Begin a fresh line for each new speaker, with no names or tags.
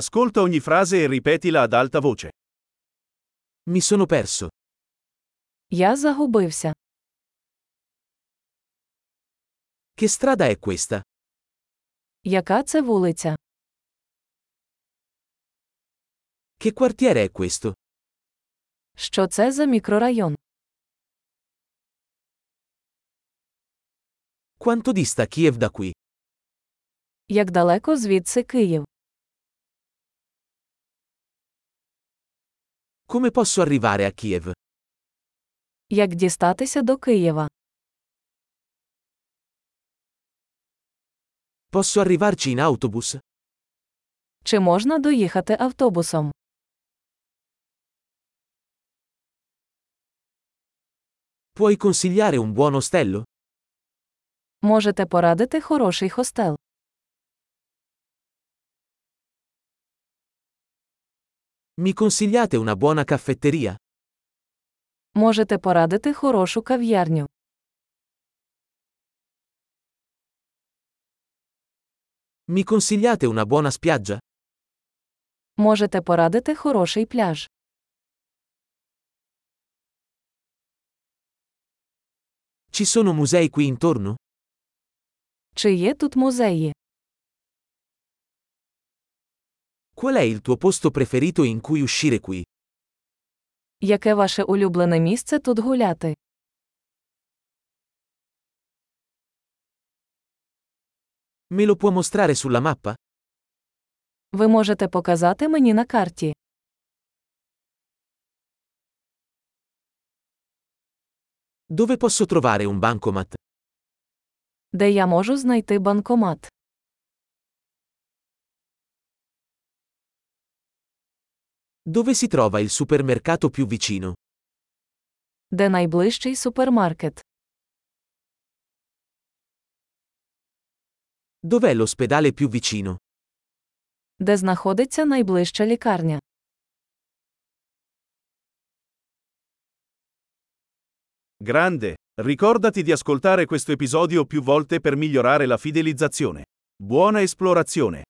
Ascolta ogni frase e ripetila ad alta voce. Mi sono perso.
Я загубився.
Che strada è questa?
Яка це вулиця?
Che quartiere è questo?
Що це за мікрорайон?
Quanto dista Kiev da qui?
Як далеко звідси Київ?
Come posso arrivare a Kiev?
Як дістатися до Києва?
Posso arrivarci in autobus?
Чи можна доїхати автобусом?
Puoi consigliare un buon ostello?
Можете порадити хороший хостел.
Mi consigliate una buona caffetteria?
Можете порадити хорошу кав'ярню.
Mi consigliate una buona spiaggia?
Можете порадити хороший пляж.
Ci sono musei qui intorno?
Чи є тут музеї?
Qual è il tuo posto preferito in cui uscire qui?
Яке ваше улюблене місце тут гуляти?
Me lo può mostrare sulla mappa?
Ви можете показати мені на карті.
Dove posso trovare un bancomat?
Де я можу знайти банкомат?
Dove si trova il supermercato più vicino?
Де найближчий супермаркет?
Dov'è l'ospedale più vicino?
Де знаходиться найближча лікарня?
Grande! Ricordati di ascoltare questo episodio più volte per migliorare la fidelizzazione. Buona esplorazione!